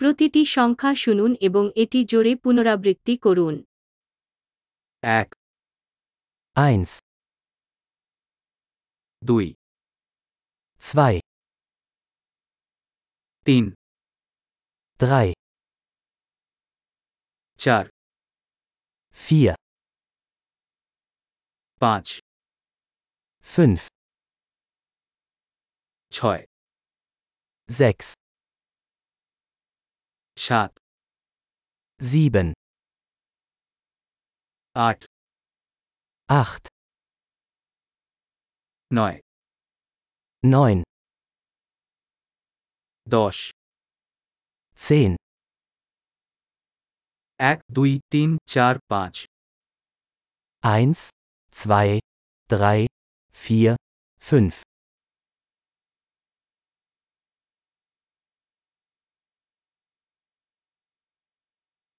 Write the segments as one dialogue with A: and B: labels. A: প্রতিটি সংখ্যা শুনুন এবং এটি জোরে পুনরাবৃত্তি করুন
B: এক
C: Eins,
B: দুই
C: zwei,
B: তিন
C: drei,
B: চার
C: vier,
B: পাঁচ
C: fünf,
B: ছয়
C: sechs,
B: সাত
C: sieben,
B: আট
C: acht,
B: নয়
C: neun,
B: দশ
C: zehn,
B: এক দুই তিন চার পাঁচ
C: eins, zwei, drei, vier, fünf,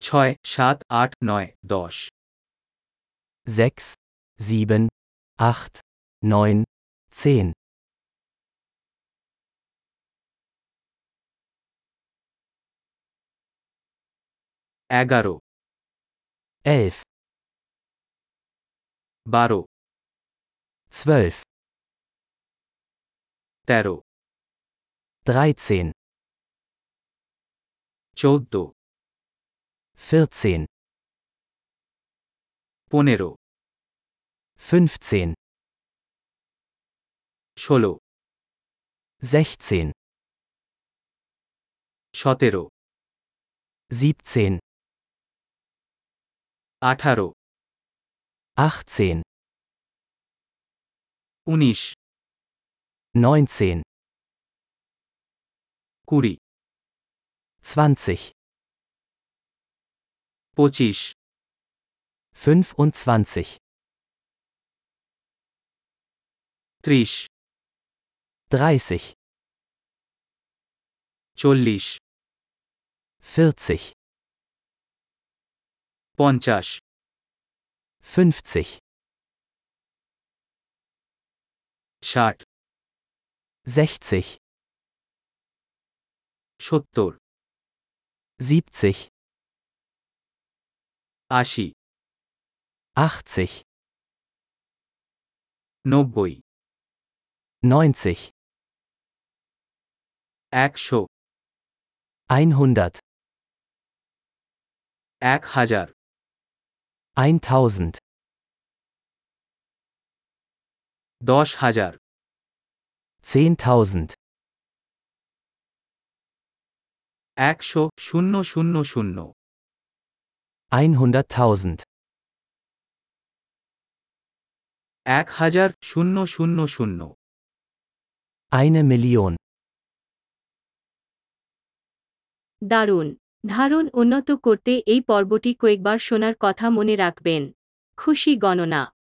B: ছয় সাত আট নয় দশ
C: sechs, sieben, acht, neun, zehn,
B: এগারো
C: elf,
B: বারো
C: zwölf,
B: তেরো
C: dreizehn,
B: চৌদ্দ
C: vierzehn,
B: পনেরো
C: fünfzehn,
B: ষোলো
C: sechzehn,
B: সতেরো
C: siebzehn,
B: আঠারো
C: achtzehn,
B: উনিশ
C: neunzehn,
B: কুড়ি
C: zwanzig,
B: পঁচিশ
C: fünfundzwanzig,
B: ত্রিশ
C: dreißig,
B: চল্লিশ
C: vierzig,
B: পঞ্চাশ
C: fünfzig,
B: ষাট
C: sechzig,
B: সত্তর
C: siebzig,
B: আশি
C: achtzig,
B: নব্বই
C: neunzig,
B: একশো
C: einhundert,
B: এক হাজার
C: eintausend,
B: দশ হাজার
C: zehntausend,
B: একশো শূন্য শূন্য শূন্য
C: einhunderttausend,
B: এক হাজার শূন্য শূন্য শূন্য
C: eine Million.
A: দারুণ ধারণ উন্নত করতে এই পর্বটি কয়েকবার শোনার কথা মনে রাখবেন খুশি গণনা